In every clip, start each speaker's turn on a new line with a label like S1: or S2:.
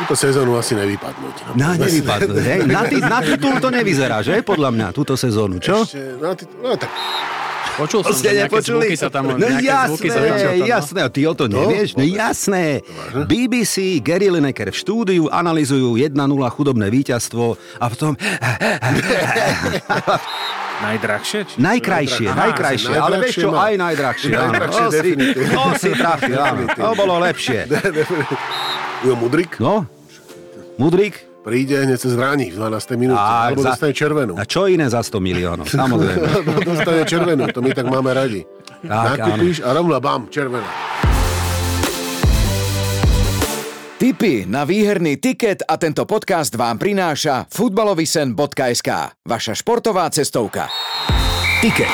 S1: túto sezónu asi nevypadnúť. No.
S2: Na, nevypadne, hej? Na, ti- na titul to nevyzerá, že? Podľa mňa, túto sezónu, čo?
S1: Ešte, no, ty, no tak,
S3: Počul som, že nejaké zvuky sa tam...
S2: no
S3: nejaké zvuky
S2: jasné,
S3: sa tam, čo tam, no.
S2: jasné, ty o to nevieš? No, jasné. BBC, Gary Lineker v štúdiu analizujú 1-0 chudobné víťazstvo a v tom
S3: Najdrahšie? Či...
S2: najkrajšie,
S3: Aha,
S2: najkrajšie, ale vieš
S1: najdrahšie,
S2: čo, aj
S1: no.
S2: najdrahšie. áno.
S1: Najdrahšie,
S2: To si-
S1: definitívne.
S2: To si trafil, áno. To bolo lepšie.
S1: Ujo Mudrik
S2: No, Mudrik,
S1: príde hneď cez zraní v 12. minúte,
S2: Á,
S1: alebo
S2: za-
S1: dostane červenú.
S2: a čo iné za 100 miliónov, samozrejme.
S1: Lebo dostane červenú, to my tak máme radi.
S2: Tak,
S1: Nakúpíš a rovno bam, červená.
S4: Tipy na výherný tiket a tento podcast vám prináša futbalovisen.sk, vaša športová cestovka. Tiket.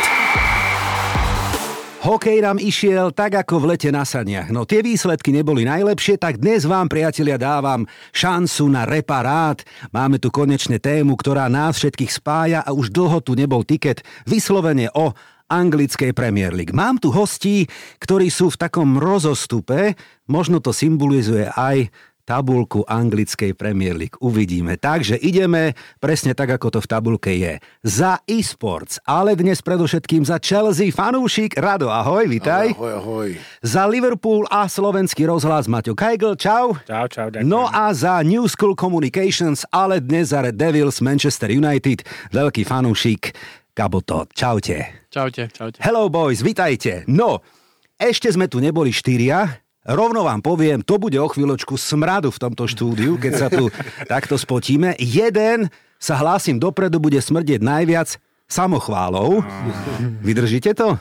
S2: Hokej nám išiel tak ako v lete na saniach. No tie výsledky neboli najlepšie, tak dnes vám, priatelia, dávam šancu na reparát. Máme tu konečne tému, ktorá nás všetkých spája a už dlho tu nebol tiket vyslovene o anglickej Premier League. Mám tu hostí, ktorí sú v takom rozostupe, možno to symbolizuje aj tabulku anglickej Premier League. Uvidíme. Takže ideme presne tak, ako to v tabulke je. Za eSports, ale dnes predovšetkým za Chelsea fanúšik Rado. Ahoj, vitaj. Ahoj.
S1: Ahoj, ahoj.
S2: Za Liverpool a slovenský rozhlas Maťo Kajgl. Čau.
S3: Čau, čau, ďakujem.
S2: No a za New School Communications, ale dnes za Red Devils Manchester United, veľký fanúšik Kaboto. Čaute.
S3: Čaute, čaute.
S2: Hello boys, vitajte. No, ešte sme tu neboli štyria, Rovno vám poviem, to bude o chvíľočku smradu v tomto štúdiu, keď sa tu takto spotíme. Jeden sa hlásim dopredu, bude smrdieť najviac samochválou. Vydržíte to?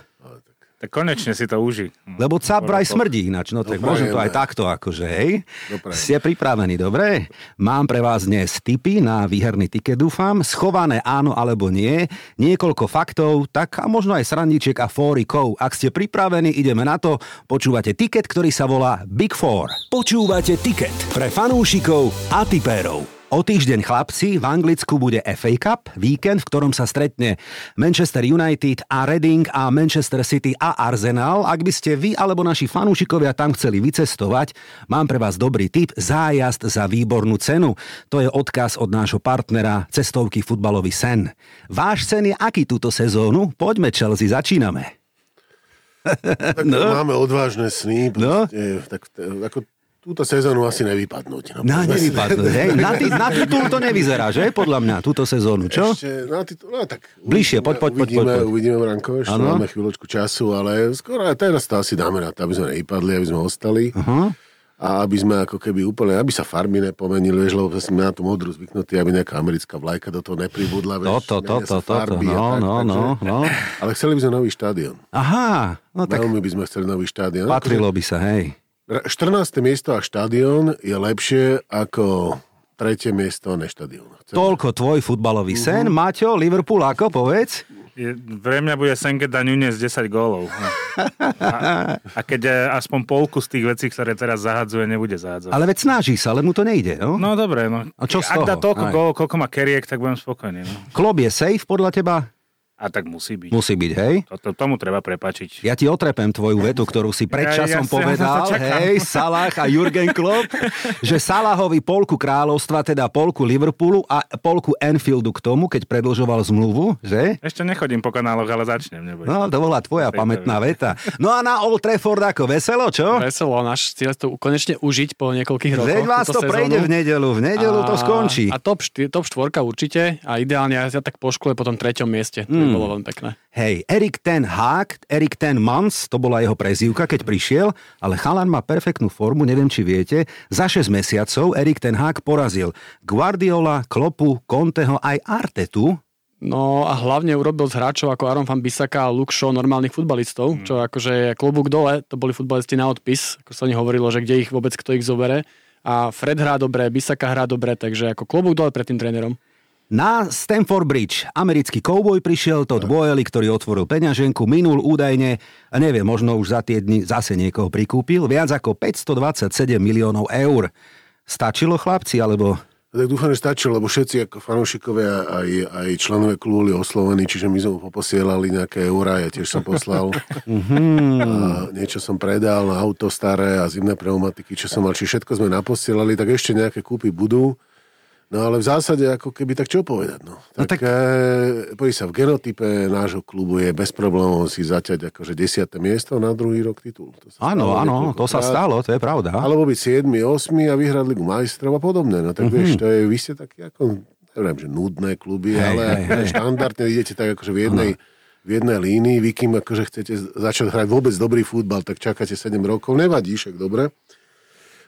S5: Tak konečne si to uži.
S2: Lebo capra aj smrdí ináč, no tak
S1: Hm. Dobre,
S2: môžem to aj
S1: dobre.
S2: takto akože, hej.
S1: Dobre.
S2: Ste pripravení, dobre? Mám pre vás dnes tipy na výherný tiket, dúfam. Schované áno alebo nie. Niekoľko faktov, tak a možno aj srandiček a fórikov. Ak ste pripravení, ideme na to. Počúvate tiket, ktorý sa volá Big Four. Počúvate tiket pre fanúšikov a tipérov. O týždeň chlapci v Anglicku bude FA Cup, víkend, v ktorom sa stretne Manchester United a Reading a Manchester City a Arsenal. Ak by ste vy alebo naši fanúšikovia tam chceli vycestovať, mám pre vás dobrý tip, zájazd za výbornú cenu. To je odkaz od nášho partnera cestovky futbalový sen. Váš sen je aký túto sezónu? Poďme Chelsea, začíname.
S1: Tak máme odvážne sny,
S2: No.
S1: proste, tak e, ako túto sezónu asi nevypadnúť. No.
S2: Na nevypadnú, hej? Na, ti- na titul to nevyzerá, že? Podľa mňa, túto sezónu, čo?
S1: Ešte, no, ty, no tak...
S2: Bližšie, poď, poď, poď,
S1: uvidíme,
S2: poď, poď.
S1: Uvidíme, Branko, ešte
S2: Áno.
S1: máme chvíľočku času, ale skoro aj teraz to asi dáme na to, aby sme nevypadli, aby sme ostali.
S2: Aha.
S1: A aby sme ako keby úplne, aby sa farmy nepomenili, vieš, lebo sme na tú modru zvyknutí, aby nejaká americká vlajka do toho nepribudla. Vieš,
S2: Toto,
S1: menia
S2: toto,
S1: sa
S2: toto,
S1: farby a tak,
S2: no, no,
S1: takže-
S2: no, no.
S1: Ale chceli by sme nový štadión.
S2: Aha, no tak
S1: Veľmi by sme chceli nový štadión. No,
S2: patrilo by sa, hej.
S1: Akože 14. miesto a štadión je lepšie ako tretie miesto a neštadión. Chcem-
S2: Toľko tvoj futbalový sen. Maťo, Liverpool, ako povedz?
S5: Je, pre mňa bude Senkeda Nunes 10 gólov. No. A, a keď e, aspoň polku z tých vecí, ktoré teraz zahadzuje, nebude zahadzovať.
S2: Ale veď snaží sa, ale mu to nejde. No? No.
S5: No dobre, no.
S2: A čo z
S5: Ak dá
S2: toho?
S5: toľko
S2: Aj.
S5: gólov, koľko má keriek, tak budem spokojný. No.
S2: Klop je safe podľa teba?
S5: A tak musí byť.
S2: Musí byť, hej?
S5: Toto, tomu treba prepačiť.
S2: Ja ti otrepem tvoju vetu, ktorú si
S5: Ja- ja
S2: predčasom
S5: si- ja
S2: povedal,
S5: na to čakám.
S2: hej, Salah a Jurgen Klopp, že Salahovi polku kráľovstva, teda polku Liverpoolu a polku Enfieldu k tomu, keď predlžoval zmluvu, že?
S5: Ešte nechodím po kanáloch, ale začnem. Neboj.
S2: No, to bola tvoja
S5: Pekná
S2: pamätná veta. No a na Old Trafford ako veselo, čo?
S3: Veselo, náš cieľ to konečne užiť po niekoľkých rokoch.
S2: No. Veď vás
S3: no, túto
S2: to prejde v
S3: sezónu.
S2: nedelu, v nedelu to
S3: A-
S2: skončí.
S3: A top, šty, top štvorka určite a ideálne aj ja tak po škole po tom treťom mieste. To
S2: Hmm.
S3: by bolo veľmi pekné.
S2: Hej, Erik ten Hag, Erik ten Mans, to bola jeho prezývka, keď prišiel, ale chalan má perfektnú formu, neviem či viete. Za 6 mesiacov Erik ten Hag porazil Guardiola, Klopu, Conteho aj Artetu.
S3: No a hlavne urobil z hráčov ako Aron van Bissaka a Luke Shaw normálnych futbalistov,
S2: Hmm.
S3: čo akože je klobúk dole, to boli futbalisti na odpis, ako sa o nich hovorilo, že kde ich vôbec kto ich zobere. A Fred hrá dobre, Bissaka hrá dobre, takže ako klobúk dole pred tým trénerom.
S2: Na Stamford Bridge americký kouboj prišiel, Todd Boyle, ktorý otvoril peňaženku, minul údajne, a neviem, možno už za tie dni zase niekoho prikúpil, viac ako 527 miliónov eur. Stačilo chlapci, alebo
S1: No tak dúfam, že stačilo, lebo všetci ako fanúšikovia aj, aj členové klubu boli oslovení, čiže my sme mu poposielali nejaké eurá, ja tiež som poslal.
S2: Mhm.
S1: a niečo som predal, auto staré a zimné pneumatiky, čo som mal, či všetko sme naposielali, tak ešte nejaké kúpy budú. No ale v zásade, ako keby, tak čo povedať, no. Tak, no tak... E, poď sa, v genotype nášho klubu je bez problémov si zaťať akože 10. miesto na druhý rok titul. To sa stalo
S2: Áno, áno, to sa
S1: niekoľkokrát.
S2: stalo, to je pravda.
S1: Alebo byť 7, 8 a vyhrať Ligu majstrov a podobné. No
S2: Mhm.
S1: tak vieš, to je, vy ste takí ako, neviem, že nudné kluby,
S2: Hej,
S1: ale
S2: hej, hej.
S1: štandardne idete tak akože v jednej, v jednej línii, vy kým akože chcete začať hrať vôbec dobrý futbal, tak čakáte 7 rokov, nevadí však, dobre.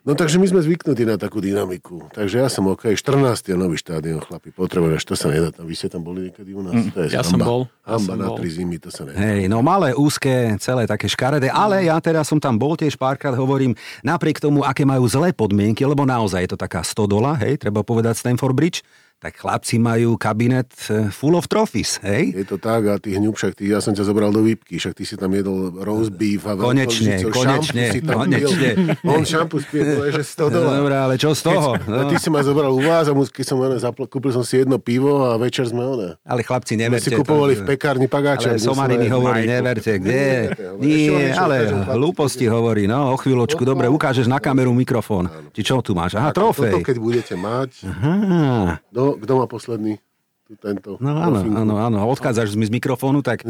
S1: No takže my sme zvyknutí na takú dynamiku. Takže ja som OK, 14. je nový štádion, chlapi, potrebuješ, to sa nedá. Tam, vy ste tam boli niekedy u nás?
S2: Mm.
S1: To je
S3: Ja som
S1: hamba.
S3: bol, ja
S1: Hamba
S3: som
S1: na
S3: bol.
S1: tri zimy, to sa nedá.
S2: Hej, no malé, úzke, celé také škaredé, ale ja teraz som tam bol tiež párkrát, hovorím, napriek tomu, aké majú zlé podmienky, lebo naozaj je to taká stodola, hej, treba povedať Stanford Bridge, tak chlapci majú kabinet eh, full of trophies, hej.
S1: Je to tak a ty hňup, však ty, ja som ťa zobral do výpky, však ty si tam jedol roast beef a
S2: Konečne,
S1: veľkolepý,
S2: konečne,
S1: šampu si tam
S2: konečne.
S1: Pil, on šampu spie, to je, že 100 dolárov.
S2: E, Dobre, ale čo z toho?
S1: No.
S2: No,
S1: Ty si ma zobral u vás a mu, keď som, one, zapl- kúpil som si jedno pivo a večer sme one.
S2: ale chlapci,
S1: My
S2: neverte.
S1: si kupovali
S2: to-
S1: v pekárni pagáče.
S2: Ale Somari mi hovorí,
S5: Majku.
S2: neverte, kde je.
S1: hovorí, ešte len
S2: Nie,
S1: niečo
S2: ale
S1: ukážem, chlapci.
S2: hlúposti hovorí, no, o chvíľočku, dobre, ukážeš na kameru mikrofón. Či čo tu máš? Aha,
S1: Toto,
S2: trofej.
S1: keď budete mať,
S2: Aha,
S1: do, kto má posledný? Tu Tento.
S2: No áno,
S1: trofinku.
S2: áno, áno. Odchádzaš mi z mikrofónu, tak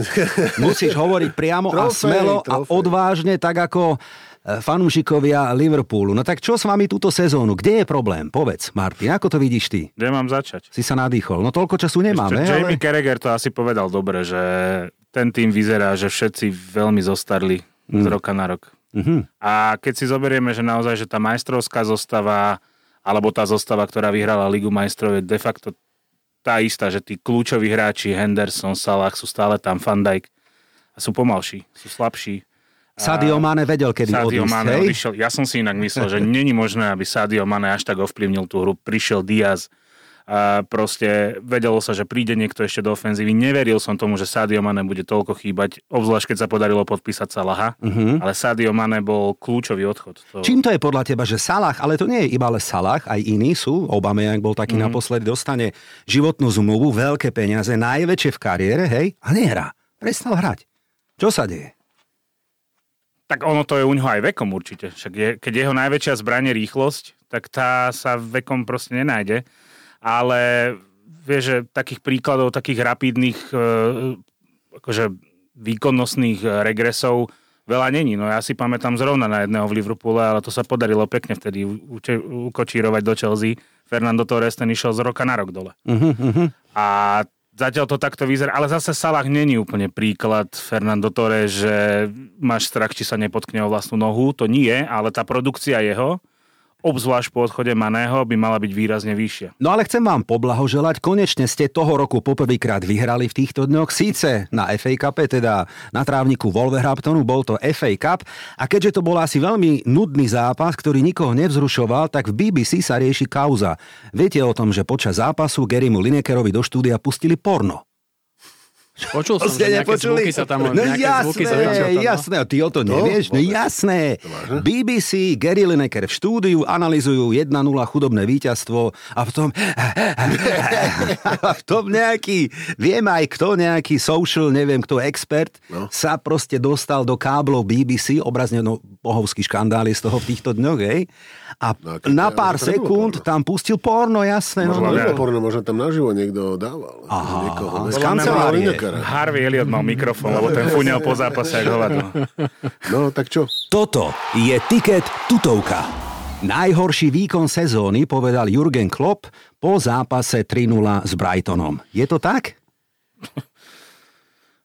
S2: musíš hovoriť priamo a
S1: Trofej,
S2: smelo a
S1: trofej.
S2: odvážne, tak ako eh, fanúšikovia Liverpoolu. No tak čo s vami túto sezónu? Kde je problém? Povedz, Martin, ako to vidíš ty?
S5: Kde mám začať?
S2: Si sa nadýchol. No toľko času nemáme,
S5: Ešte
S2: ale...
S5: Jamie Carragher to asi povedal dobre, že ten tým vyzerá, že všetci veľmi zostarli z
S2: Mhm.
S5: roka na rok. A keď si zoberieme, že naozaj, že tá majstrovská zostava, alebo tá zostava, ktorá vyhrala Ligu majstrov, je de facto tá istá, že tí kľúčoví hráči Henderson, Salah sú stále tam, Van Dijk a sú pomalší, sú slabší.
S2: Sadio Mane vedel, kedy
S5: Sadio
S2: odísť,
S5: Mane
S2: hej?
S5: odišiel. Ja som si inak myslel, že není možné, aby Sadio Mane až tak ovplyvnil tú hru. Prišiel Diaz, a proste vedelo sa, že príde niekto ešte do ofenzívy. Neveril som tomu, že Sadio Mane bude toľko chýbať, obzvlášť keď sa podarilo podpísať Salaha, uh-huh. ale Sadio Mane bol kľúčový odchod. To...
S2: Mhm. Čím to je podľa teba, že Salah, ale to nie je iba ale Salah, aj iní sú, Obameyang bol
S5: Mhm.
S2: taký mm-hmm. naposledy, dostane životnú zmluvu, veľké peniaze, najväčšie v kariére, hej, a nehrá. Prestal hrať. Čo sa deje?
S5: Tak ono to je u neho aj vekom určite. Však je, keď jeho najväčšia zbraň je rýchlosť, tak tá sa vekom proste nenájde. Ale vieš, že takých príkladov, takých rapidných e, akože výkonnostných e, regresov veľa není. No ja si pamätám zrovna na jedného v Liverpoole, ale to sa podarilo pekne vtedy u- uče- ukočírovať do Chelsea. Fernando Torres ten išiel z roka na rok dole. A zatiaľ to takto vyzerá. Ale zase Salah není úplne príklad Fernando Torres, že máš strach, či sa nepotkne o vlastnú nohu. To nie, ale tá produkcia jeho, obzvlášť po odchode Maného, by mala byť výrazne vyššia.
S2: No ale chcem vám poblahoželať, konečne ste toho roku poprvýkrát vyhrali v týchto dňoch, síce na FA Cup, teda na trávniku Wolverhamptonu, bol to FA Cup a keďže to bol asi veľmi nudný zápas, ktorý nikoho nevzrušoval, tak v BBC sa rieši kauza. Viete o tom, že počas zápasu Garymu Linekerovi do štúdia pustili porno.
S3: Počul som, že nejaké zvuky sa
S2: no
S3: tam... nejaké
S2: jasné,
S3: zvuky sa tam no. čo tam-
S2: jasné, a ty o to nevieš? No,
S1: vôbec.
S2: jasné. BBC, Gary Lineker v štúdiu analizujú 1-0 chudobné víťazstvo a v tom, a v tom nejaký, viem aj kto, nejaký social, neviem kto, expert, no. sa proste dostal do káblov BBC, obrazne, no, bohovský škandál je z toho v týchto dňoch, hej? A
S1: No, a keď-
S2: na
S1: ale
S2: pár
S1: to nebolo
S2: sekúnd
S1: porno.
S2: tam pustil porno, jasné.
S1: Možno
S2: No,
S5: Možno
S1: nebolo
S5: ne.
S1: porno, možno tam naživo niekto dával. Aha, niekoho, ne?
S2: z kancelárie.
S1: Linekera.
S5: Harvey Elliot mal mikrofón, lebo ten funel po zápase, ako hovado.
S1: No tak čo?
S2: Toto je tiket tutovka. Najhorší výkon sezóny povedal Jurgen Klopp po zápase 3-0 s Brightonom. Je to tak?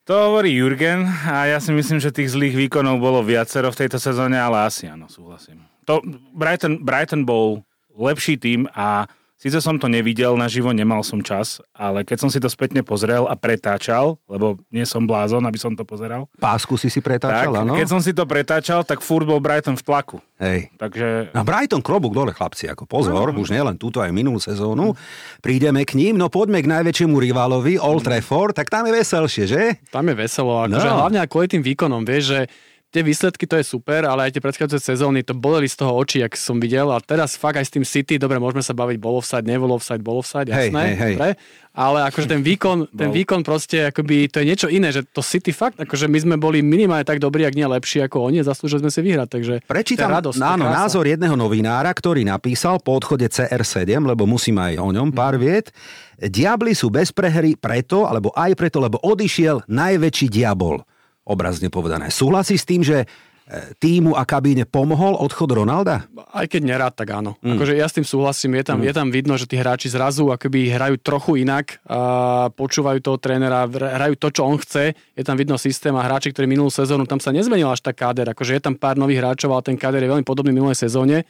S5: To hovorí Jurgen a ja si myslím, že tých zlých výkonov bolo viacero v tejto sezóne, ale asi áno, súhlasím. To, Brighton, Brighton bol lepší tým a síce som to nevidel naživo, nemal som čas, ale keď som si to spätne pozrel a pretáčal, lebo nie som blázon, aby som to pozeral,
S2: Pásku si si pretáčal, áno?
S5: keď som si to pretáčal, tak furt bol Brighton v tlaku.
S2: Hej.
S5: Takže
S2: A Brighton klobúk dole, chlapci, ako pozor, už nielen túto, aj minulú sezónu. Prídeme k ním, no poďme k najväčšiemu rivalovi, Old Trafford, tak tam je veselšie, že?
S3: Tam je veselo, akože
S2: No.
S3: no. hlavne aj kvôli tým výkonom, vieš, že tie výsledky to je super, ale aj tie predchádzajúce sezóny to boleli z toho očí, ak som videl. A teraz fakt aj s tým City, dobre, môžeme sa baviť, bol offside, nebol offside, bol offside,
S2: Hej,
S3: jasné.
S2: hej, hej.
S3: dobre. Ale akože ten výkon, ten výkon proste, akoby, to je niečo iné, že to City fakt, akože my sme boli minimálne tak dobrí, ak nie lepší ako oni, zaslúžili sme si vyhrať, takže
S2: Prečítam
S3: to je radosť, to je
S2: áno,
S3: krása.
S2: názor jedného novinára, ktorý napísal po odchode CR7, lebo musím aj o ňom pár
S3: Mhm.
S2: viet. Diabli sú bez prehry preto, alebo aj preto, lebo odišiel najväčší diabol. Obrazne povedané. Súhlasí s tým, že e, týmu a kabíne pomohol odchod Ronalda?
S3: aj keď nerád, tak áno. Mm. Akože ja s tým súhlasím, je tam, mm. je tam vidno, že tí hráči zrazu akoby hrajú trochu inak, a počúvajú toho trénera, vr- hrajú to, čo on chce, je tam vidno systém a hráči, ktorí minulú sezónu, tam sa nezmenil až tak káder, akože je tam pár nových hráčov, ale ten káder je veľmi podobný minulej sezóne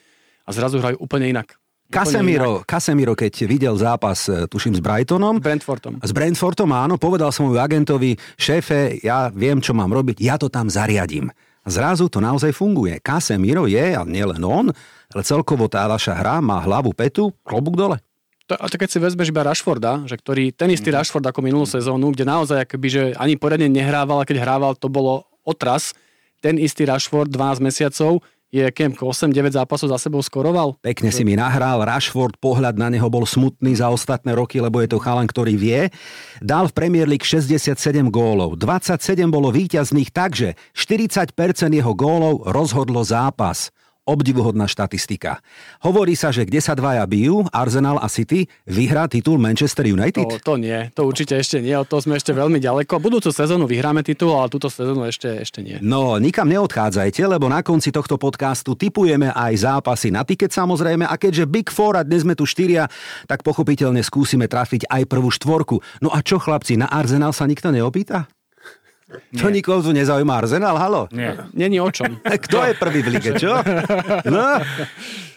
S3: a zrazu hrajú úplne inak. Úplne inak.
S2: Casemiro, Casemiro, keď videl zápas, e, tuším, s Brightonom,
S3: Brentfordom.
S2: s Brentfordom, áno, povedal som mu agentovi, šéfe, ja viem, čo mám robiť, ja to tam zariadím. Zrazu to naozaj funguje. Casemiro je, a nielen on, ale celkovo tá vaša hra má hlavu petu, klobúk dole.
S3: To, a to keď si vezmeš iba Rashforda, že ktorý ten istý
S2: Mhm.
S3: mm. Rashford ako minulú sezónu, kde naozaj akoby, že ani poriadne nehrával a keď hrával, to bolo otras. Ten istý Rashford 12 mesiacov je Kemko 8-9 zápasov za sebou skoroval.
S2: Pekne si mi nahral, Rashford, pohľad na neho bol smutný za ostatné roky, lebo je to chalan, ktorý vie. Dal v Premier League 67 gólov, 27 bolo víťazných, takže 40% jeho gólov rozhodlo zápas. Obdivuhodná štatistika. Hovorí sa, že kde sa dvaja bijú, Arsenal a City, vyhrá titul Manchester United.
S3: To, to nie, to určite ešte nie, od toho sme ešte veľmi ďaleko. Budúcu sezónu vyhráme titul, ale túto sezónu ešte, ešte nie.
S2: No, nikam neodchádzajte, lebo na konci tohto podcastu typujeme aj zápasy na tiket samozrejme a keďže Big Four a dnes sme tu štyria, tak pochopiteľne skúsime trafiť aj prvú štvorku. No a čo chlapci, na Arsenal sa nikto neopýta? To nikoho tu nezaujíma Arsenal, halo?
S5: Nie.
S3: Není o čom.
S2: Kto je prvý v lige, čo? No,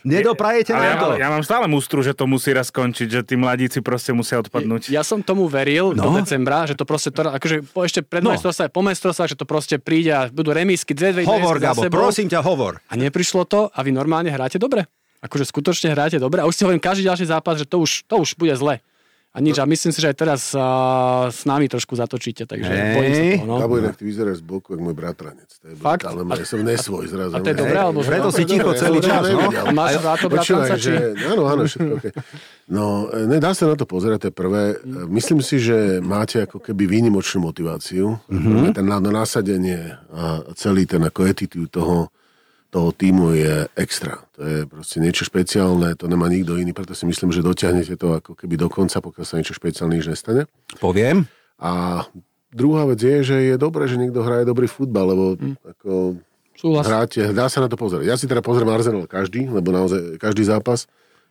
S2: nedoprajete
S5: Ale
S2: nám
S5: ja,
S2: to.
S5: ja mám stále mustru, že to musí raz skončiť, že tí mladíci proste musia odpadnúť.
S3: Ja som tomu veril no? do
S2: No.
S3: decembra, že to proste, to, akože po, ešte pred
S2: No.
S3: no. majstrovstvá, po majstrovstvách, že to proste príde a budú remísky, dve, dve,
S2: Hovor,
S3: remísky za
S2: Gabo,
S3: sebou.
S2: prosím ťa, hovor.
S3: A neprišlo to a vy normálne hráte dobre. Akože skutočne hráte dobre. A už si hovorím, každý ďalší zápas, že to už, to už bude zle. A nič,
S2: No.
S3: a myslím si, že aj teraz a, s nami trošku zatočíte, takže
S2: Hej.
S3: bojím sa toho. No.
S1: Gabo, inak ty vyzeráš z boku, jak môj bratranec. To je
S3: Fakt?
S1: brutálne, ale ja som nesvoj zrazu.
S3: a to je
S1: Hej,
S3: dobré, alebo zlé?
S2: Preto si
S1: dobre,
S2: ticho
S1: dobre,
S2: celý
S1: ja som
S2: čas, no.
S1: nevedel.
S3: A máš rád to
S1: Počúvaj,
S3: bratranca, či...
S1: že... Áno, áno, všetko okay. No, e, ne, dá sa na to pozerať, to je prvé. E, Myslím si, že máte ako keby výnimočnú motiváciu.
S3: Mhm.
S1: Mm-hmm. Ten na, na nasadenie a celý ten ako attitude toho, toho týmu je extra. To je proste niečo špeciálne, to nemá nikto iný, preto si myslím, že dotiahnete to ako keby do konca, pokiaľ sa niečo špeciálne nič nestane.
S2: Poviem,
S1: A druhá vec je, že je dobré, že niekto hraje dobrý futbal, lebo
S2: Hm.
S1: mm. ako
S3: Súhlas.
S1: hráte, dá sa na to pozrieť. Ja si teda pozriem Arsenal každý, lebo naozaj každý zápas,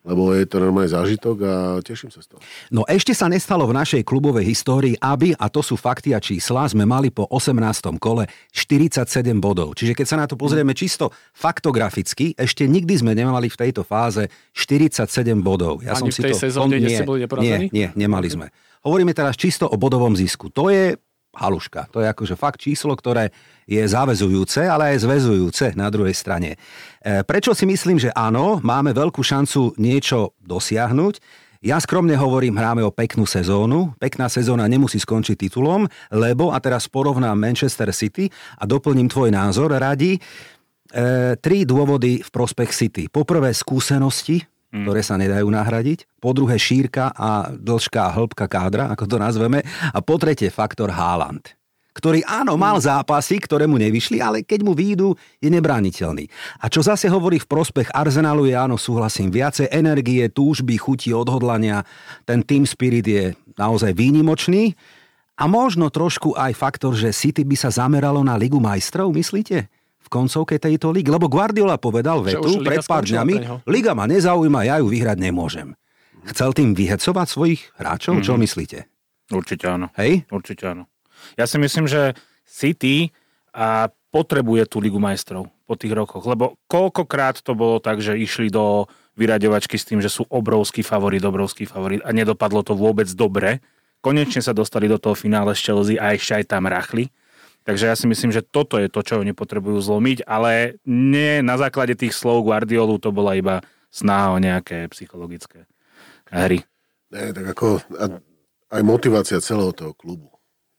S1: lebo je to normálne zážitok a teším sa z toho.
S2: No ešte sa nestalo v našej klubovej histórii, aby, a to sú fakty a čísla, sme mali po 18. kole 47 bodov. Čiže keď sa na to pozrieme čisto faktograficky, ešte nikdy sme nemali v tejto fáze 47 bodov. Ja
S3: Ani v tej sezóne, kde ste boli neporazení?
S2: nie, nie, nemali sme. Hovoríme teraz čisto o bodovom zisku. To je haluška. To je akože fakt číslo, ktoré je záväzujúce, ale aj zväzujúce na druhej strane. E, Prečo si myslím, že áno, máme veľkú šancu niečo dosiahnuť? Ja skromne hovorím, hráme o peknú sezónu. Pekná sezóna nemusí skončiť titulom, lebo, a teraz porovnám Manchester City a doplním tvoj názor, radi, E, tri dôvody v prospech City. Poprvé skúsenosti, ktoré sa nedajú nahradiť. Po druhé šírka a dĺžka a hĺbka kádra, ako to nazveme. A po tretie faktor Haaland ktorý áno, mal zápasy, ktoré mu nevyšli, ale keď mu výjdu, je nebrániteľný. A čo zase hovorí v prospech Arsenalu, je áno, súhlasím, viacej energie, túžby, chuti, odhodlania. Ten team spirit je naozaj výnimočný. A možno trošku aj faktor, že City by sa zameralo na Ligu majstrov, myslíte? V koncovke tejto ligy? Lebo Guardiola povedal
S3: Že
S2: vetu
S3: už liga
S2: pred pár
S3: skončila
S2: dňami,
S3: pre neho.
S2: Liga ma nezaujíma, ja ju vyhrať nemôžem. Chcel tým vyhecovať svojich hráčov?
S3: Mhm.
S2: Čo myslíte?
S5: Určite áno.
S2: Hej?
S5: Určite áno. Ja si myslím, že City a potrebuje tú Ligu majstrov po tých rokoch, lebo koľkokrát to bolo tak, že išli do vyraďovačky s tým, že sú obrovský favorit, obrovský favorit a nedopadlo to vôbec dobre. Konečne sa dostali do toho finále s Chelsea a ešte aj tam rachli. Takže ja si myslím, že toto je to, čo oni potrebujú zlomiť, ale nie na základe tých slov Guardiolu to bola iba snaha o nejaké psychologické hry.
S1: Ne, tak ako a, aj motivácia celého toho klubu.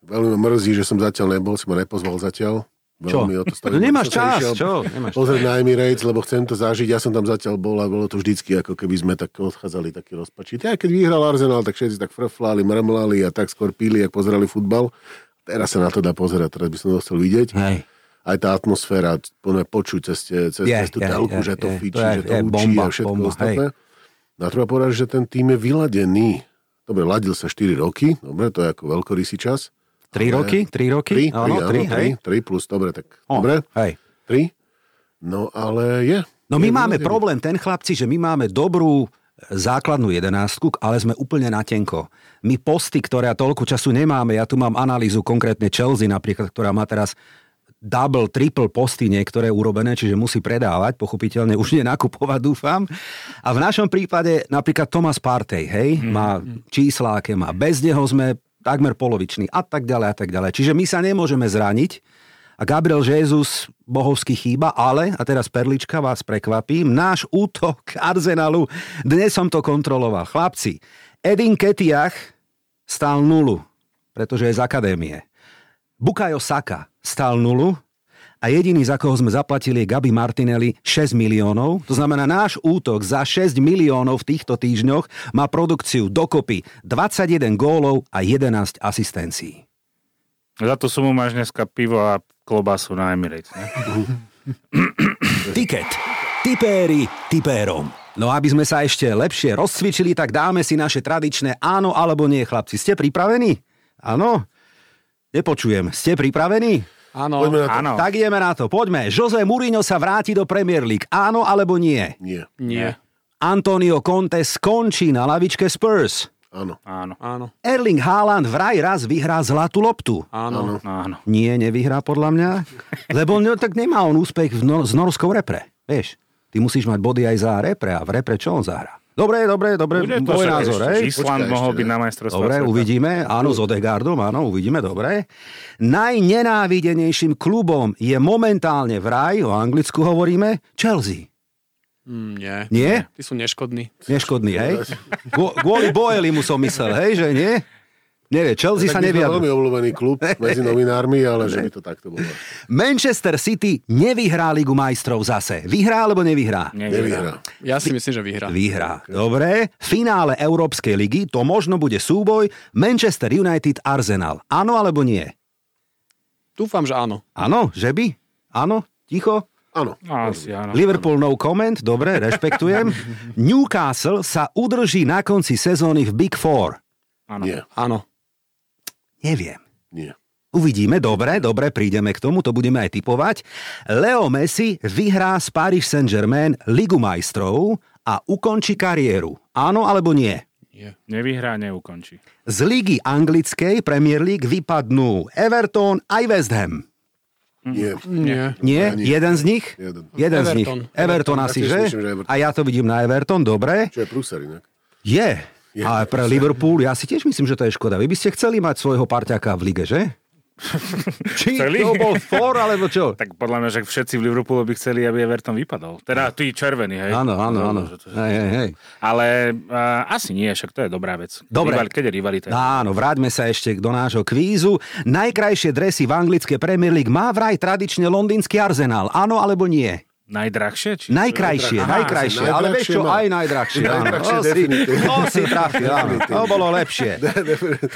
S1: Veľmi ma mrzí, že som zatiaľ nebol, si ma nepozval zatiaľ.
S2: Čo?
S1: Veľmi o to stavím.
S2: No
S1: Som
S2: nemáš
S1: sa
S2: čas,
S1: išiel
S2: čo? Nemáš.
S1: Pozrieť na Emirates, lebo chcem to zažiť. Ja som tam zatiaľ bol a bolo to vždycky, ako keby sme tak odchádzali taký rozpačitý. Aj keď vyhral Arsenal, tak všetci tak frflali, mrmlali a tak skôr pili, ak pozerali futbal. Teraz sa na to dá pozerať, teraz by som to chcel vidieť.
S2: Hej.
S1: Aj tá atmosféra, poďme počuť cez, te- cez,
S2: Je,
S1: cez tú
S2: je,
S1: telku,
S2: je,
S1: že to
S2: je.
S1: fičí,
S2: To je-
S1: že to
S2: je
S1: učí
S2: bomba,
S1: a všetko
S2: bomba,
S1: ostatné. No a treba povedať, že ten tým je vyladený. Dobre, ladil sa 4 roky, dobre, to je ako veľkorysý čas.
S2: Tri
S1: Ale-
S2: roky? Tri roky?
S1: 3, 3,
S2: áno, tri, hej.
S1: 3, 3 plus, dobre, tak
S2: O,
S1: dobre,
S2: Hej.
S1: 3. No ale je.
S2: No
S1: je
S2: my máme
S1: vyladený.
S2: problém, ten chlapci, že my máme dobrú e, základnú jedenástku, ale sme úplne natenko. My posty, ktoré toľko času nemáme, ja tu mám analýzu konkrétne Chelsea napríklad, ktorá má teraz double, triple posty niektoré urobené, čiže musí predávať, pochopiteľne už nie nakupovať, dúfam. A v našom prípade napríklad Thomas Partey, hej, má čísla, aké má. Bez neho sme takmer poloviční a tak ďalej a tak ďalej. Čiže my sa nemôžeme zraniť, a Gabriel Jesus bohovský chýba, ale, a teraz perlička vás prekvapím, náš útok Arsenalu, dnes som to kontroloval. Chlapci, Edin Ketiach stál nulu, pretože je z akadémie. Bukayo Saka stál nulu a jediný, za koho sme zaplatili, je Gabi Martinelli 6 miliónov. To znamená, náš útok za 6 miliónov v týchto týždňoch má produkciu dokopy 21 gólov a 11 asistencií.
S5: Za tú sumu máš dneska pivo a klobásu na Emirates. Ne?
S2: Tiket. Tipéri tipérom. No aby sme sa ešte lepšie rozcvičili, tak dáme si naše tradičné áno alebo nie, chlapci. Ste pripravení? Áno? Nepočujem. Ste pripravení? no.
S3: Áno,
S1: Poďme na to.
S5: Áno.
S2: Tak ideme na to. Poďme. Jose Mourinho sa vráti do Premier League. Áno alebo nie?
S1: Nie,
S3: nie,
S2: Antonio Conte skončí na lavičke Spurs.
S1: áno.
S5: Áno,
S3: áno,
S2: Erling Haaland vraj raz vyhrá zlatú loptu.
S3: áno.
S5: áno.
S2: Nie, nevyhrá podľa mňa. Lebo no, tak nemá on úspech v no, s norskou repre. Vieš, ty musíš mať body aj za repre a v repre čo on zahra? Dobre, dobre, dobre,
S5: Bude to
S2: tvoj
S5: sa-
S2: názor,
S5: ešte
S2: hej?
S5: Island
S1: Počkaj
S5: mohol
S1: ešte,
S5: byť
S1: ne?
S5: na majstrovstve.
S2: Dobre,
S5: sveta.
S2: uvidíme. Áno, s Odegardom, áno, uvidíme, dobre. Najnenávidenejším klubom je momentálne vraj, o Anglicku hovoríme, Chelsea.
S3: Mm, nie.
S2: Nie?
S3: Tí sú neškodní.
S2: Neškodný, hej? Kvô- Kvôli Boelimu som myslel, hej, že nie? Nevie, Chelsea sa
S1: Tak my sme
S2: neviadru.
S1: veľmi obľúbený klub medzi novinármi, ale že by to takto bolo.
S2: Manchester City nevyhrá Ligu majstrov zase. Vyhrá alebo nevyhrá?
S5: Nevyhrá.
S1: Nevyhrá.
S3: Ja si myslím, že vyhrá.
S2: Vyhrá. Dobre. V finále Európskej ligy to možno bude súboj Manchester United Arsenal. Áno alebo nie?
S3: Dúfam, že áno.
S2: Áno, že by? Áno, ticho.
S1: Áno.
S5: No, asi áno.
S2: Liverpool no comment, dobre, rešpektujem. Newcastle sa udrží na konci sezóny v Big Four.
S5: áno.
S1: Nie,
S3: Áno.
S2: Neviem.
S1: nie.
S2: Uvidíme, dobre, dobre, prídeme k tomu, to budeme aj typovať. Leo Messi vyhrá z Paris Saint-Germain Ligu majstrov a ukončí kariéru. Áno alebo nie?
S3: Nie.
S5: Nevyhrá, neukončí.
S2: Z ligy anglickej Premier League vypadnú Everton aj West Ham. Mm.
S1: Nie.
S3: Nie.
S2: Nie?
S1: Ani.
S2: Jeden z nich?
S1: Jeden.
S2: Jeden z
S3: Everton.
S2: nich. Everton asi,
S1: Ja tiež
S2: že?
S1: myslím, že Everton.
S2: A ja to vidím na Everton, dobre.
S1: Čo je prúser inak.
S2: Je.
S1: Je.
S2: Ale pre Liverpool, ja si tiež myslím, že to je škoda. Vy by ste chceli mať svojho parťaka v lige, že? Či
S5: Chceli?
S2: to bol for, alebo čo?
S5: Tak podľa mňa, že všetci v Liverpoole by chceli, aby Everton vypadol. Teda ty červený, hej?
S2: Áno, áno, áno.
S5: Že to-
S2: Hej, hej, hej.
S5: Ale uh, asi nie, však to je dobrá vec.
S2: Dobre.
S5: Rival, keď je rivalita?
S2: Áno, vráťme sa ešte do nášho kvízu. Najkrajšie dresy v anglické Premier League má vraj tradične londýnsky arzenál. Áno alebo nie?
S5: Najdrahšie? Či...
S2: Najkrajšie,
S1: Aha,
S2: najkrajšie,
S1: najdrahšie
S2: ale vieš čo,
S1: má.
S2: aj najdrahšie. áno.
S1: Najdrahšie
S2: To si-
S1: definitívne.
S2: To si trafil, áno. To bolo lepšie.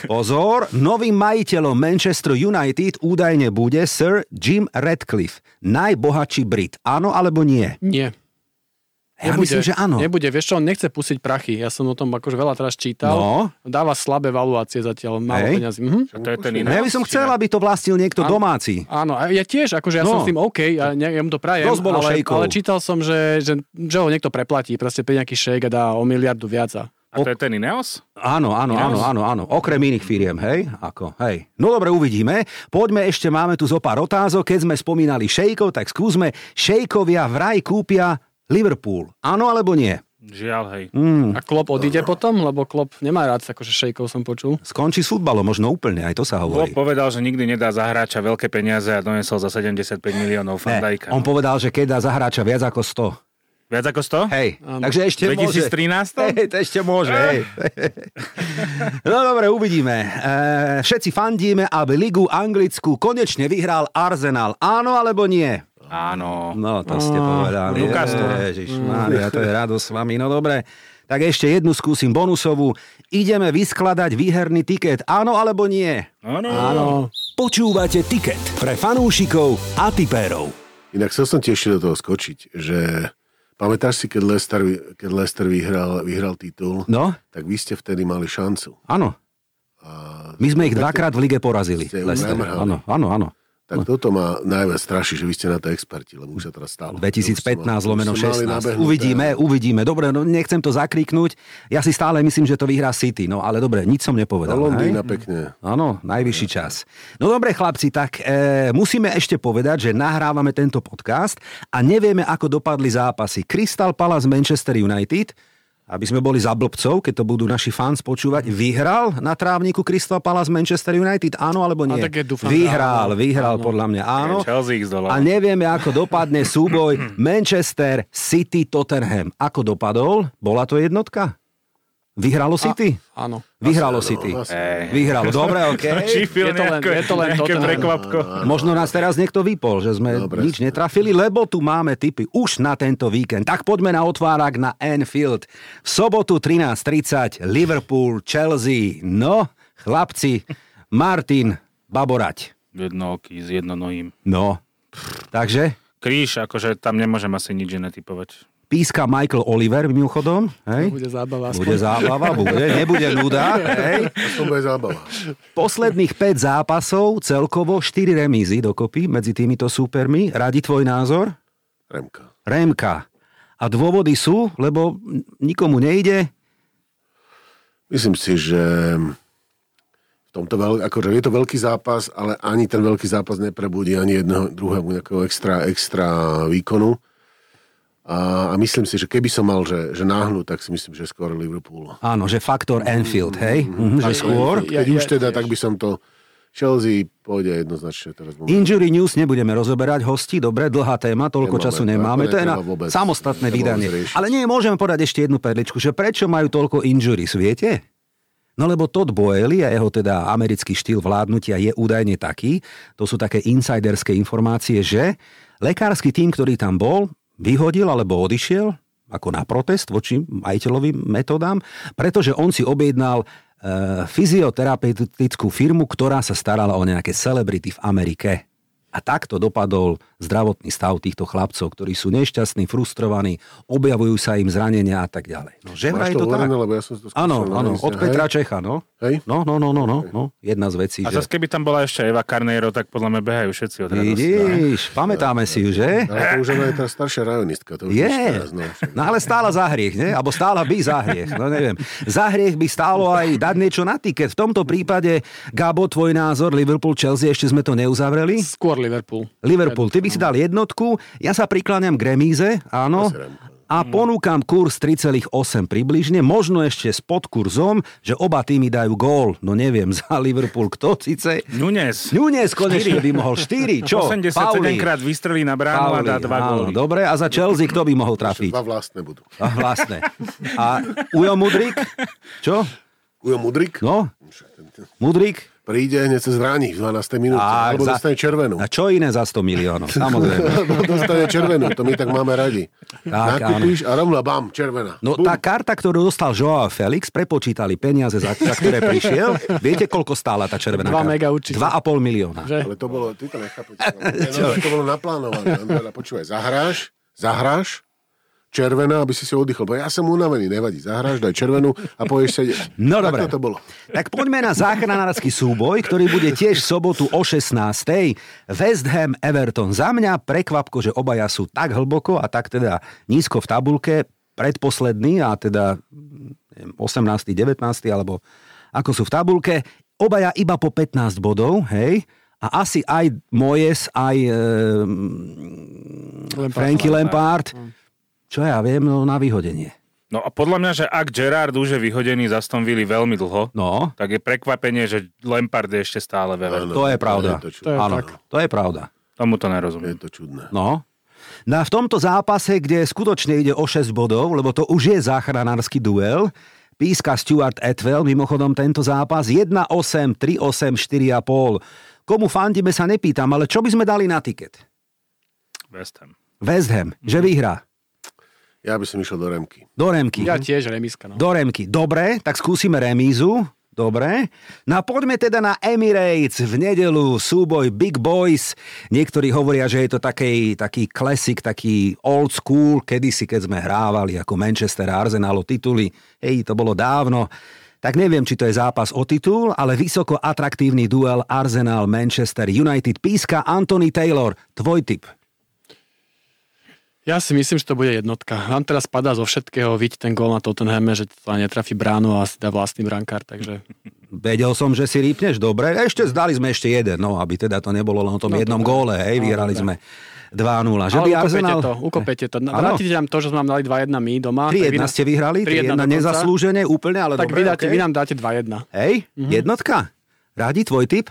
S2: Pozor, novým majiteľom Manchester United údajne bude Sir Jim Radcliffe, najbohatší Brit. Áno alebo nie?
S3: Nie.
S2: Ja myslím, že áno.
S3: Nebude, vieš čo, on nechce pustiť prachy. Ja som o tom akože veľa teraz čítal.
S2: No.
S3: Dáva slabé valuácie zatiaľ, málo
S2: Hej.
S3: peňazí. Mhm.
S5: A to je ten iný.
S2: Ja by som chcel, aby to vlastnil niekto domáci.
S3: Áno, a ja tiež, akože ja
S2: No.
S3: som s tým OK, ja, ne, ja mu to prajem,
S2: Dosť bolo
S3: ale,
S2: šejkov.
S3: ale čítal som, že, že, že ho niekto preplatí, proste pre nejaký šejk a dá o miliardu viac. A...
S5: A to je ten Ineos?
S2: Áno, áno, áno, áno, áno. Okrem iných firiem, hej? Ako, hej. No dobre, uvidíme. Poďme, ešte máme tu zo pár otázok. Keď sme spomínali šejkov, tak skúsme. Šejkovia vraj kúpia Liverpool. Áno alebo nie?
S5: Žiaľ, hej.
S2: Mm. Hmm.
S3: a Klop odíde potom, lebo Klop nemá rád akože šejkov, som počul.
S2: Skončí s futbalom, možno úplne, aj to sa hovorí.
S5: Klopp povedal, že nikdy nedá za hráča veľké peniaze a donesol za 75 miliónov
S2: Ne,
S5: Fandajka.
S2: on povedal, že keď dá za hráča viac ako 100,
S5: Viac ako 100?
S2: Hej,
S3: Áno.
S2: takže ešte môže.
S5: 2013?
S2: Hej, to ešte môže, hej. No dobre, uvidíme. E, všetci fandíme, aby ligu anglickú konečne vyhral Arsenal. Áno alebo nie?
S5: Áno.
S2: No,
S1: Mm.
S2: to ste povedali.
S5: Newcastle.
S2: Ježiš, Mária, to je radosť s vami. No dobre, tak ešte jednu skúsim bonusovú. Ideme vyskladať výherný tiket. Áno alebo nie? No.
S5: Áno.
S3: Áno.
S6: Počúvate tiket pre fanúšikov a tipérov.
S1: Inak chcel som ti ešte do toho skočiť, že pamätáš si, keď Lester, keď Lester vyhral, vyhral titul,
S2: No,
S1: tak vy ste vtedy mali šancu.
S2: áno. My sme ich dvakrát v lige porazili.
S1: Ste ju
S2: Leicester.
S1: premrhali.
S2: Áno, áno, áno.
S1: Tak toto ma najviac straší, že vy ste na to experti, lebo už sa teraz stalo. Už
S2: 2015
S1: ste mali-
S2: lomeno
S1: už ste mali
S2: 16.
S1: nabehnuté.
S2: Uvidíme, uvidíme. Dobre, no nechcem to zakríknuť. Ja si stále myslím, že to vyhrá City. No ale dobre, nič som
S1: Do
S2: nepovedal.
S1: Londýna
S2: hej?
S1: pekne.
S2: Áno, najvyšší čas. No dobre, chlapci, tak e, musíme ešte povedať, že nahrávame tento podcast a nevieme, ako dopadli zápasy. Crystal Palace Manchester United, aby sme boli za blbcov, keď to budú naši fans počúvať, vyhral na trávniku Crystal Palace Manchester United, áno alebo nie?
S3: tak ja dúfam, že
S2: vyhral,
S3: áno.
S2: vyhral podľa mňa, áno.
S5: Chelsea ich zdolal.
S2: A nevieme, ako dopadne súboj Manchester City Tottenham. Ako dopadol? Bola to jednotka? Vyhralo City?
S3: Áno.
S2: Vyhralo City.
S5: Ej.
S2: Vyhralo. Dobre, OK.
S5: Sheffield
S3: Je to len-
S5: nejako-
S3: je to len
S5: nejaké
S3: Tottenham.
S5: prekvapko.
S2: Možno nás teraz niekto vypol, že sme
S1: Dobre.
S2: nič netrafili, lebo tu máme tipy už na tento víkend. Tak poďme na otvárak na Anfield. V sobotu 13.30 Liverpool, Chelsea. No, chlapci, Martin Baborať.
S5: Jednooký s jednonohým.
S2: No, takže
S5: Kríž, akože tam nemôžem asi nič iné typovať.
S2: píska Michael Oliver mimochodom. Hej?
S3: Bude zábava.
S2: Bude zábava, bude, nebude nuda. Hej.
S1: To bude zábava.
S2: Posledných 5 zápasov, celkovo 4 remízy dokopy medzi týmito súpermi. Radi tvoj názor?
S1: Remka.
S2: Remka. A dôvody sú, lebo nikomu nejde.
S1: Myslím si, že v tomto veľ, akože je to veľký zápas, ale ani ten veľký zápas neprebudí ani jedného druhému nejakého extra, extra výkonu. A, a myslím si, že keby som mal že, že náhnuť, tak si myslím, že skôr Liverpool.
S2: Áno, že faktor Anfield, hej? Mhm, že skôr.
S1: Keď
S3: Ja-
S1: už
S3: ja-
S1: teda, tak by som to... Chelsea pôjde jednoznačne teraz.
S2: Injury News nebudeme rozoberať, hosti, dobre, dlhá téma, toľko
S1: Nemáme,
S2: času
S1: to
S2: nemáme, to je na
S1: netreba vôbec-
S2: samostatné
S1: netreba
S2: vydanie.
S1: vôbec riešiť.
S2: Ale nie, môžeme podať ešte jednu perličku, že prečo majú toľko injuries, viete? No lebo Todd Boehly a jeho teda americký štýl vládnutia je údajne taký, to sú také insiderské informácie, že lekársky tým, ktorý tam bol, vyhodil alebo odišiel ako na protest voči majiteľovým metodám, pretože on si objednal e, fyzioterapeutickú firmu, ktorá sa starala o nejaké celebrity v Amerike. A takto dopadol zdravotný stav týchto chlapcov, ktorí sú nešťastní, frustrovaní, objavujú sa im zranenia a tak ďalej. No, že
S1: Máš
S2: vraj je
S1: to,
S2: to tak?
S1: overené, lebo ja som to skúšal.
S2: Áno,
S1: na
S2: áno,
S1: Insta,
S2: od
S1: hej?
S2: Petra Čecha, no.
S1: Hej?
S2: No, no, no, no, no, no. jedna z vecí,
S5: A
S2: že...
S5: zase keby tam bola ešte Eva Carneiro, tak podľa mňa behajú všetci od radosti. no.
S2: Vidíš, pamätáme si ju, že?
S1: Ale to už je moja teraz staršia rajonistka. To už
S2: Je.
S1: nič teraz, no.
S2: No ale stála za hriech, ne? Alebo stála by za hriech, no neviem. Za hriech by stálo aj dať niečo na tiket. V tomto prípade, Gabo, tvoj názor, Liverpool, Chelsea, ešte sme to neuzavreli?
S3: Skôr Liverpool.
S2: Liverpool, ty by si dal jednotku, ja sa prikláňam k remíze, áno, a
S1: Mhm.
S2: ponúkam kurz 3,8 približne, možno ešte s podkurzom, že oba týmy dajú gól, no neviem za Liverpool kto síce.
S5: Nunes.
S2: Nunes konečne by mohol 4, čo?
S5: 87
S2: Pauli.
S5: krát vystrelí na bránu a dá dva
S2: áno,
S5: góly.
S2: dobre, a za Chelsea kto by mohol trafiť?
S1: Dva vlastné budú.
S2: A vlastne. A Ujo Mudrik? Čo?
S1: Ujo Mudrik
S2: No? Mudrik?
S1: príde, hneď sa zraní v 12. minúte.
S2: A
S1: Alebo
S2: za-
S1: dostane červenú.
S2: A čo iné za 100 miliónov? Samozrejme.
S1: dostane červenú, to my tak máme radi.
S2: Tak,
S1: Nakúpiš a rovno bam, červená.
S2: No
S1: Bum.
S2: tá karta, ktorú dostal Joao Felix, prepočítali peniaze, za, za ktoré prišiel. Viete, koľko stála tá červená
S3: Dva
S2: karta?
S3: mega určite.
S2: 2,5 milióna.
S3: Že?
S1: Ale to bolo, ty to nechápete. No, to bolo naplánované. Andrea, počúvaj, zahráš, zahráš, červená, aby si si oddychol. Bo ja som unavený, nevadí. Zahráš, daj červenú a poješ sedieť.
S2: No dobre.
S1: Tak to bolo.
S2: Tak poďme na záchranársky súboj, ktorý bude tiež v sobotu o 16. West Ham Everton. Za mňa prekvapko, že obaja sú tak hlboko a tak teda nízko v tabulke, predposledný a teda neviem, 18., 19. alebo ako sú v tabulke, obaja iba po 15 bodov, hej? A asi aj Moyes, aj e,
S3: Lampard.
S2: Franky Lampard, čo ja viem, no na vyhodenie.
S5: No a podľa mňa, že ak Gerard už je vyhodený za Aston Villa veľmi dlho,
S2: No,
S5: tak je prekvapenie, že Lampard je ešte stále
S1: Áno,
S5: veľa.
S2: to je pravda.
S1: To je to
S3: To
S1: čudné.
S3: je
S2: Áno,
S3: tak.
S2: to je pravda.
S5: Tomu
S1: To
S5: to
S1: je
S5: nerozumiem.
S1: to čudné.
S2: No. No a v tomto zápase, kde skutočne ide o 6 bodov, lebo to už je záchranársky duel, píska Stuart Atwell, mimochodom tento zápas 1-8, 3-8, 4,5. Komu fandíme sa nepýtam, ale čo by sme dali na tiket?
S5: West Ham.
S2: West Ham, že vyhrá.
S1: Ja by som išiel do Remky.
S2: Do Remky.
S3: Ja tiež remiska, no.
S2: Do Remky. Dobre, tak skúsime remízu. Dobre. No a poďme teda na Emirates v nedelu, súboj Big Boys. Niektorí hovoria, že je to taký, taký klasik, taký old school, kedysi keď sme hrávali ako Manchester a Arsenal o tituly. Hej, to bolo dávno. Tak neviem, či to je zápas o titul, ale vysoko atraktívny duel Arsenal-Manchester United. Píska Anthony Taylor, tvoj tip.
S3: Ja si myslím, že to bude jednotka. Vám teraz padá zo všetkého, vidí ten gól na Tottenhame, že to netrafí bránu a si dá vlastný brankár, takže...
S2: Vedel som, že si rýpneš, dobre. Ešte zdali sme ešte jeden, no aby teda to nebolo len o tom no, jednom góle, hej, vyhrali sme 2-0. Že
S3: Ale
S2: by
S3: ukopete
S2: Arsenal...
S3: to, ukopete to.
S2: Áno.
S3: Vrátite nám to, že sme vám dali 2-1 my doma. tak vy
S2: 3-1
S3: nám-
S2: ste vyhrali,
S3: 3:1
S2: 3-1
S3: dokonca.
S2: nezaslúžene úplne, ale
S3: Tak
S2: dobre,
S3: vy, dáte,
S2: okej.
S3: vy Mhm. nám dáte 2-1.
S2: Hej, jednotka. Radi tvoj tip?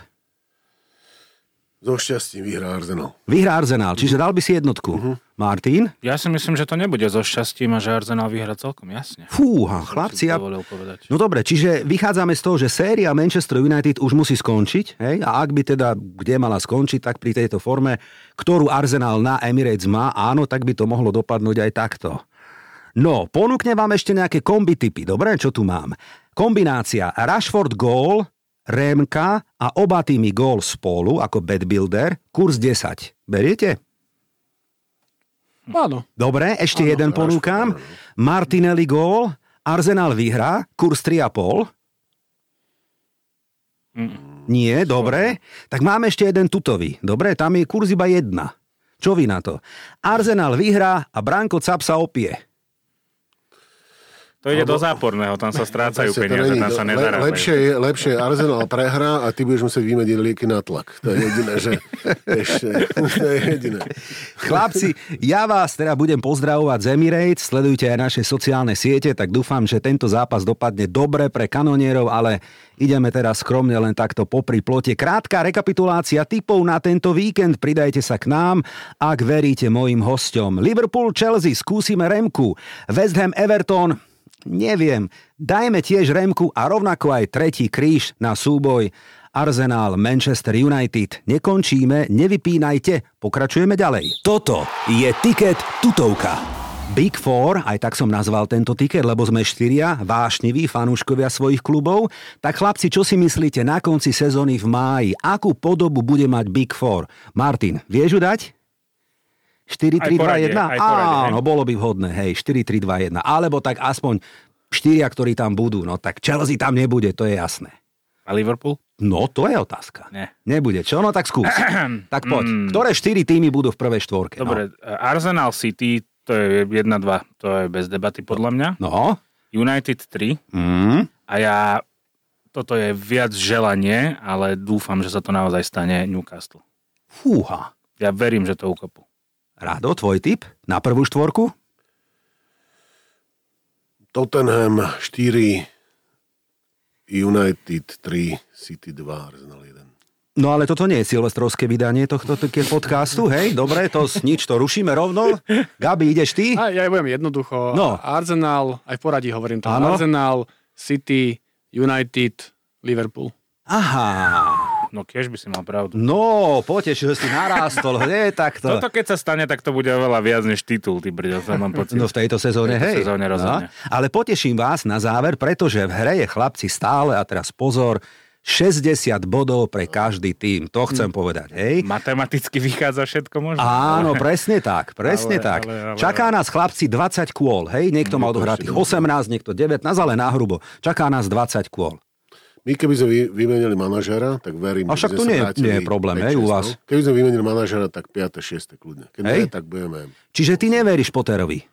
S1: So šťastím vyhrá Arsenal.
S2: Vyhrá Arsenal, čiže dal by si jednotku.
S3: Mhm.
S2: Martin?
S5: Ja si myslím, že to nebude so šťastím a že Arsenal vyhra celkom jasne.
S2: Fúha, chlapci,
S5: ja...
S2: ja
S5: dovolil povedať.
S2: No dobre, čiže vychádzame z toho, že séria Manchester United už musí skončiť, hej? A ak by teda kde mala skončiť, tak pri tejto forme, ktorú Arsenal na Emirates má, áno, tak by to mohlo dopadnúť aj takto. No, ponúkne vám ešte nejaké kombi typy, dobre? Čo tu mám? Kombinácia Rashford gól, Rémka a oba týmy gól spolu ako bedbuilder, kurz 10. Beriete?
S3: Áno.
S2: Dobre, ešte ano, jeden ponúkam. Martinelli gól, Arsenal vyhrá, kurz 3,5. Nie, dobre. Tak máme ešte jeden tutový. Dobre, tam je kurz iba jedna. Čo vy na to? Arsenal vyhrá a Branko Cap sa opie.
S5: To ide do záporného, tam sa strácajú
S1: Presne, to
S5: peniaze,
S1: není-
S5: tam sa
S1: le-
S5: nezarábajú.
S1: lepšie, je, lepšie je Arsenal prehrá a ty budeš musieť vymeniť lieky na tlak. To je jediné, že... Ešte, to je jediné.
S2: Chlapci, ja vás teda budem pozdravovať z Emirates, sledujte aj naše sociálne siete, tak dúfam, že tento zápas dopadne dobre pre kanonierov, ale ideme teraz skromne len takto popri plote. Krátka rekapitulácia typov na tento víkend, pridajte sa k nám, ak veríte mojim hosťom. Liverpool, Chelsea, skúsime Remku, West Ham, Everton, neviem, dajme tiež Remku a rovnako aj tretí kríž na súboj Arsenal, Manchester United. Nekončíme, nevypínajte, pokračujeme ďalej. Toto je tiket tutovka. Big Four, aj tak som nazval tento tiket, lebo sme štyria vášniví fanúškovia svojich klubov. Tak chlapci, čo si myslíte na konci sezóny v máji? Akú podobu bude mať Big Four? Martin, vieš ju dať? 4, 3,
S5: Aj poradie,
S2: 2, 1?
S5: aj poradie, hej.
S2: Áno, bolo by vhodné, hej, 4, 3, 2, 1. Alebo tak aspoň štyria, ktorí tam budú. No tak Chelsea tam nebude, to je jasné.
S5: A Liverpool?
S2: No, to je otázka.
S5: Ne. Mm.
S2: Nebude. Čo? No tak skús. tak poď. Ktoré štyri týmy budú v prvej štvorke?
S1: No.
S5: Dobre, e, Arsenal City, to je 1-2, to je bez debaty podľa mňa.
S2: No.
S5: United 3
S2: no. Mm.
S5: a ja, toto je viac želanie, ale dúfam, že sa to naozaj stane Newcastle.
S2: Fúha.
S5: Ja verím, že to ukopú.
S2: Rado, tvoj tip na prvú štvorku?
S1: Tottenham 4, United 3, City 2, Arsenal 1.
S2: No ale toto nie je silvestrovské vydanie tohto t- podcastu, hej? Dobre, to s- nič, to rušíme rovno. Gabi, ideš ty?
S3: A ja budem
S2: Hm.
S3: jednoducho.
S2: No.
S3: Arsenal, aj v poradí hovorím to.
S2: Áno.
S3: Arsenal, City, United, Liverpool.
S2: Aha.
S5: No kiež by si mal pravdu.
S2: No, potešil si, narástol. Nie, takto.
S5: Toto keď sa stane, tak to bude oveľa viac než titul, ty brďo, to mám pocit.
S2: No v tejto sezóne,
S5: V tejto
S2: hej.
S5: sezóne rozhodne.
S2: No, ale poteším vás na záver, pretože v hre je chlapci stále, a teraz pozor, 60 bodov pre každý tým. To
S5: Hm.
S2: chcem povedať, hej.
S5: Matematicky vychádza všetko možno.
S2: Áno, presne tak, presne
S5: Ale-
S2: tak.
S5: ale- No, ale-
S2: Čaká nás chlapci 20 kôl, hej, niekto má odohratých 18, niekto 19, ale nahrubo. Čaká nás 20 kôl.
S1: My keby sme vy- vymenili manažera, tak verím,
S2: A však
S1: že
S2: to
S1: sme sa
S2: nie je-
S1: vrátili
S2: nie je problém,
S1: 5,
S2: hej, u
S1: 6,
S2: vás.
S1: no. Keby sme vymenili manažera, tak 5. 6. kľudne. Keď
S2: Hej.
S1: nie, tak budeme...
S2: Čiže ty neveríš Potterovi.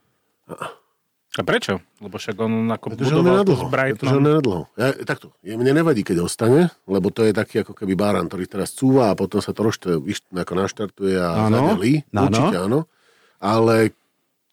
S5: A prečo? Lebo však on ako
S1: Pretože on je
S5: budoval to s
S1: nadlho. Pretože on
S5: Brightonom.
S1: je nadlho. Ja, takto, je, mne nevadí, keď ostane, lebo to je taký ako keby baran, ktorý teraz cúva a potom sa trošku vyš- ako naštartuje a
S2: Áno,
S1: zadelí.
S2: áno.
S1: Určite áno. Ale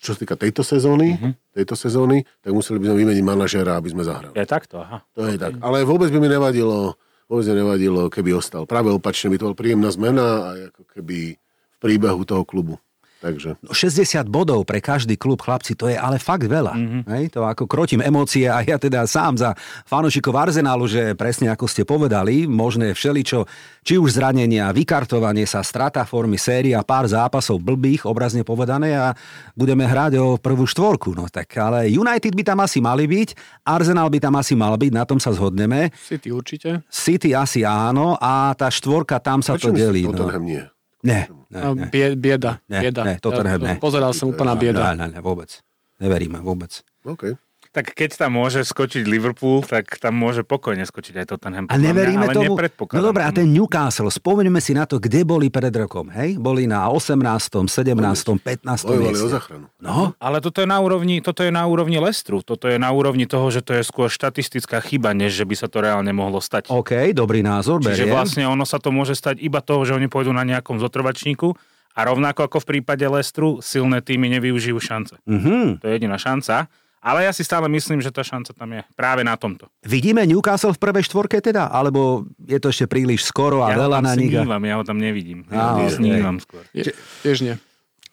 S1: čo sa týka tejto sezóny,
S2: Mhm.
S1: tejto sezóny, tak museli by sme vymeniť manažéra, aby sme zahrali.
S5: Je takto, aha.
S1: To je tak. Ale vôbec by mi nevadilo, vôbec mi nevadilo, keby ostal. Práve opačne by to bola príjemná zmena a ako keby v príbehu toho klubu. Takže.
S2: No 60 bodov pre každý klub, chlapci, to je ale fakt veľa.
S1: Mhm.
S2: Mm-hmm. Hej, to ako krotím emócie a ja teda sám za fanúšikov Arsenálu, že presne ako ste povedali, možné všeličo, či už zranenia, vykartovanie sa, strata formy, séria, pár zápasov blbých, obrazne povedané a budeme hrať o prvú štvorku. No tak ale United by tam asi mali byť, Arsenal by tam asi mal byť, na tom sa zhodneme.
S3: City určite.
S2: City asi áno a tá štvorka tam sa
S1: Prečo
S2: to
S1: myslíš,
S2: delí. No.
S1: Tottenham nie.
S2: Ne, ne,
S3: A
S2: ne.
S3: No, bie- Bieda.
S2: Ne,
S3: bieda.
S2: ne, Tottenham
S3: Ja-
S2: ne.
S3: Pozeral som úplná bieda.
S2: Ne, ne, ne, vôbec. Neveríme, vôbec.
S1: OK.
S5: Tak keď tam môže skočiť Liverpool, tak tam môže pokojne skočiť aj Tottenham.
S2: A
S5: podľa mňa,
S2: neveríme
S5: ale
S2: tomu. No
S5: nepredpokladám
S2: dobré, a
S5: tomu.
S2: ten Newcastle, spomeňme si na to, kde boli pred rokom, hej? Boli na 18., 17., 15.
S1: Bojovali o
S2: mieste.
S1: záchranu.
S2: No,
S5: Ale toto je, na úrovni, toto je na úrovni Lestru. Toto je na úrovni toho, že to je skôr štatistická chyba, než že by sa to reálne mohlo stať.
S2: OK, dobrý názor,
S5: Čiže
S2: beriem.
S5: vlastne ono sa to môže stať iba toho, že oni pôjdu na nejakom zotrvačníku a rovnako ako v prípade Lestru, silné týmy nevyužijú šance.
S2: Mhm.
S5: To je jediná šanca. Ale ja si stále myslím, že tá šanca tam je práve na tomto.
S2: Vidíme Newcastle v prvej štvorke teda? Alebo je to ešte príliš skoro a
S5: ja ho
S2: veľa
S5: tam
S2: na
S5: si
S2: nich? a-
S5: Snívam, ja ho tam nevidím.
S2: Á,
S5: Ja ho
S2: ok.
S5: snívam skôr.
S3: Je- Tiež nie.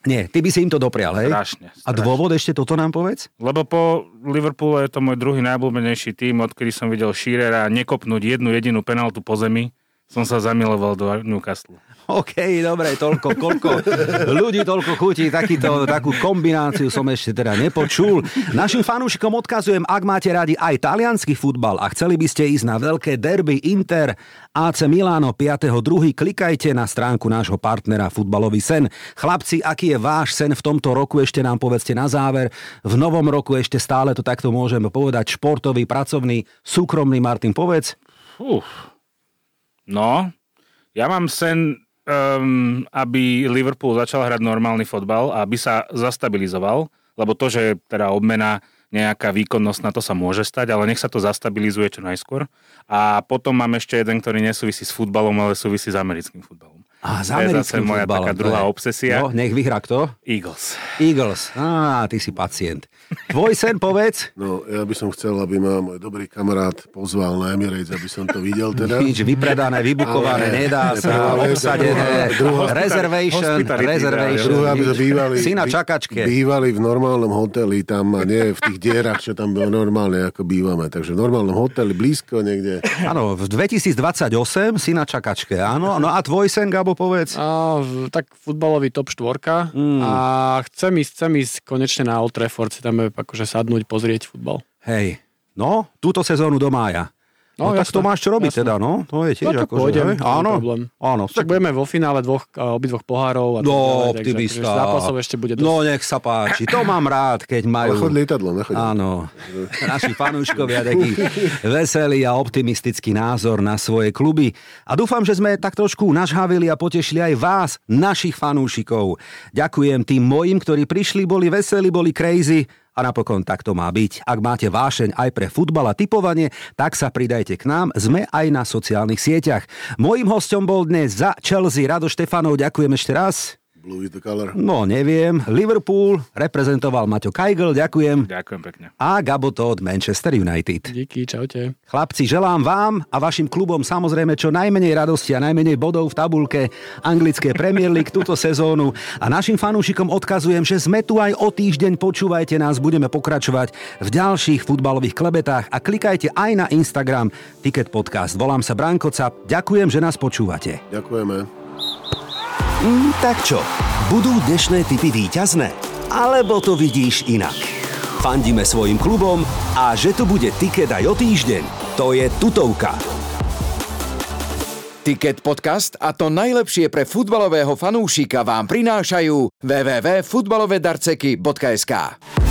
S2: Nie, ty by si im to doprial, hej?
S5: Strašne,
S2: A
S5: strašne.
S2: dôvod ešte toto nám povedz?
S5: Lebo po Liverpoole je to môj druhý najblúbenejší tým, odkedy som videl Shearera nekopnúť jednu jedinú penaltu po zemi, som sa zamiloval do Newcastle.
S2: OK, dobre, toľko, koľko ľudí, toľko chutí, takýto, takú kombináciu som ešte teda nepočul. Našim fanúšikom odkazujem, ak máte radi aj talianský futbal a chceli by ste ísť na veľké derby Inter AC Milano 5.2., klikajte na stránku nášho partnera Futbalový sen. Chlapci, aký je váš sen v tomto roku, ešte nám povedzte na záver. V novom roku ešte stále to takto môžeme povedať, športový, pracovný, súkromný, Martin, povedz.
S5: Uf. No, ja mám sen, um, aby Liverpool začal hrať normálny fotbal a aby sa zastabilizoval, lebo to, že je teda obmena nejaká výkonnosť, na to sa môže stať, ale nech sa to zastabilizuje čo najskôr. A potom mám ešte jeden, ktorý nesúvisí s futbalom, ale súvisí s americkým futbalom.
S2: A
S5: To je zase moja taká druhá obsesia.
S2: No, nech vyhrá kto?
S5: Eagles.
S2: Eagles. Á, ty si pacient. Tvoj sen povedz.
S1: No, ja by som chcel, aby ma môj dobrý kamarát pozval na Emirates, aby som to videl teda.
S2: Nič vypredané, vybukované,
S1: Ale-
S2: nedá sa,
S1: Ale-
S2: obsadené,
S1: Druhá-
S2: reservation,
S5: Hospitality,
S1: A
S2: reservation.
S1: druhá, aby sme
S2: nič.
S1: bývali,
S2: Si na
S1: by-
S2: čakačke.
S1: bývali v normálnom hoteli tam a nie v tých dierach, čo tam bolo normálne, ako bývame. Takže v normálnom hoteli, blízko niekde.
S2: Áno, v 2028 si na čakačke, áno. No a tvoj sen, Gabo, povedz.
S3: A, v- tak futbalový top štvorka
S2: Hmm.
S3: a chcem ísť, chcem ísť konečne na Old Trafford, si tam akože sadnúť, pozrieť futbal.
S2: Hej, no, túto sezónu do mája. No,
S3: No,
S2: tak
S3: jasné,
S2: to máš čo robiť
S3: jasné.
S2: teda, no? To je tiež
S3: No, tak
S2: akože,
S3: pôjdem,
S2: hej?
S3: nie je
S2: áno,
S3: problém.
S2: áno.
S3: Však budeme vo finále dvoch, a obidvoch pohárov. A tak
S2: No,
S3: ďalej, takže
S2: optimista.
S3: akože Zápasov ešte bude dosť.
S2: No, nech sa páči. To mám rád, keď
S1: Ale
S2: majú...
S1: chod lietadlo, nechoď.
S2: Áno, naši fanúškovia taký veselý a optimistický názor na svoje kluby. A dúfam, že sme tak trošku nažhavili a potešili aj vás, našich fanúšikov. Ďakujem tým mojim, ktorí prišli, boli veselí, boli crazy a napokon tak to má byť. Ak máte vášeň aj pre futbal a typovanie, tak sa pridajte k nám. Sme aj na sociálnych sieťach. Mojím hostom bol dnes za Chelsea Rado Štefanov. Ďakujem ešte raz.
S1: Blue is the color.
S2: No, neviem. Liverpool reprezentoval Maťo Kajgl, ďakujem
S5: Ďakujem pekne.
S2: a Gabo Todd Manchester United.
S3: Díky, čaute.
S2: Chlapci, želám vám a vašim klubom samozrejme čo najmenej radosti a najmenej bodov v tabulke anglické Premier League túto sezónu. A našim fanúšikom odkazujem, že sme tu aj o týždeň. Počúvajte nás, budeme pokračovať v ďalších futbalových klebetách a klikajte aj na Instagram Ticket Podcast. Volám sa Brankoca, ďakujem, že nás počúvate.
S1: Ďakujeme.
S6: Mm, tak čo, budú dnešné typy výťazné? Alebo to vidíš inak? Fandíme svojim klubom a že tu bude tiket aj o týždeň, to je tutovka.
S4: Ticket podcast a to najlepšie pre futbalového fanúšika vám prinášajú www.futbalovedarceky.sk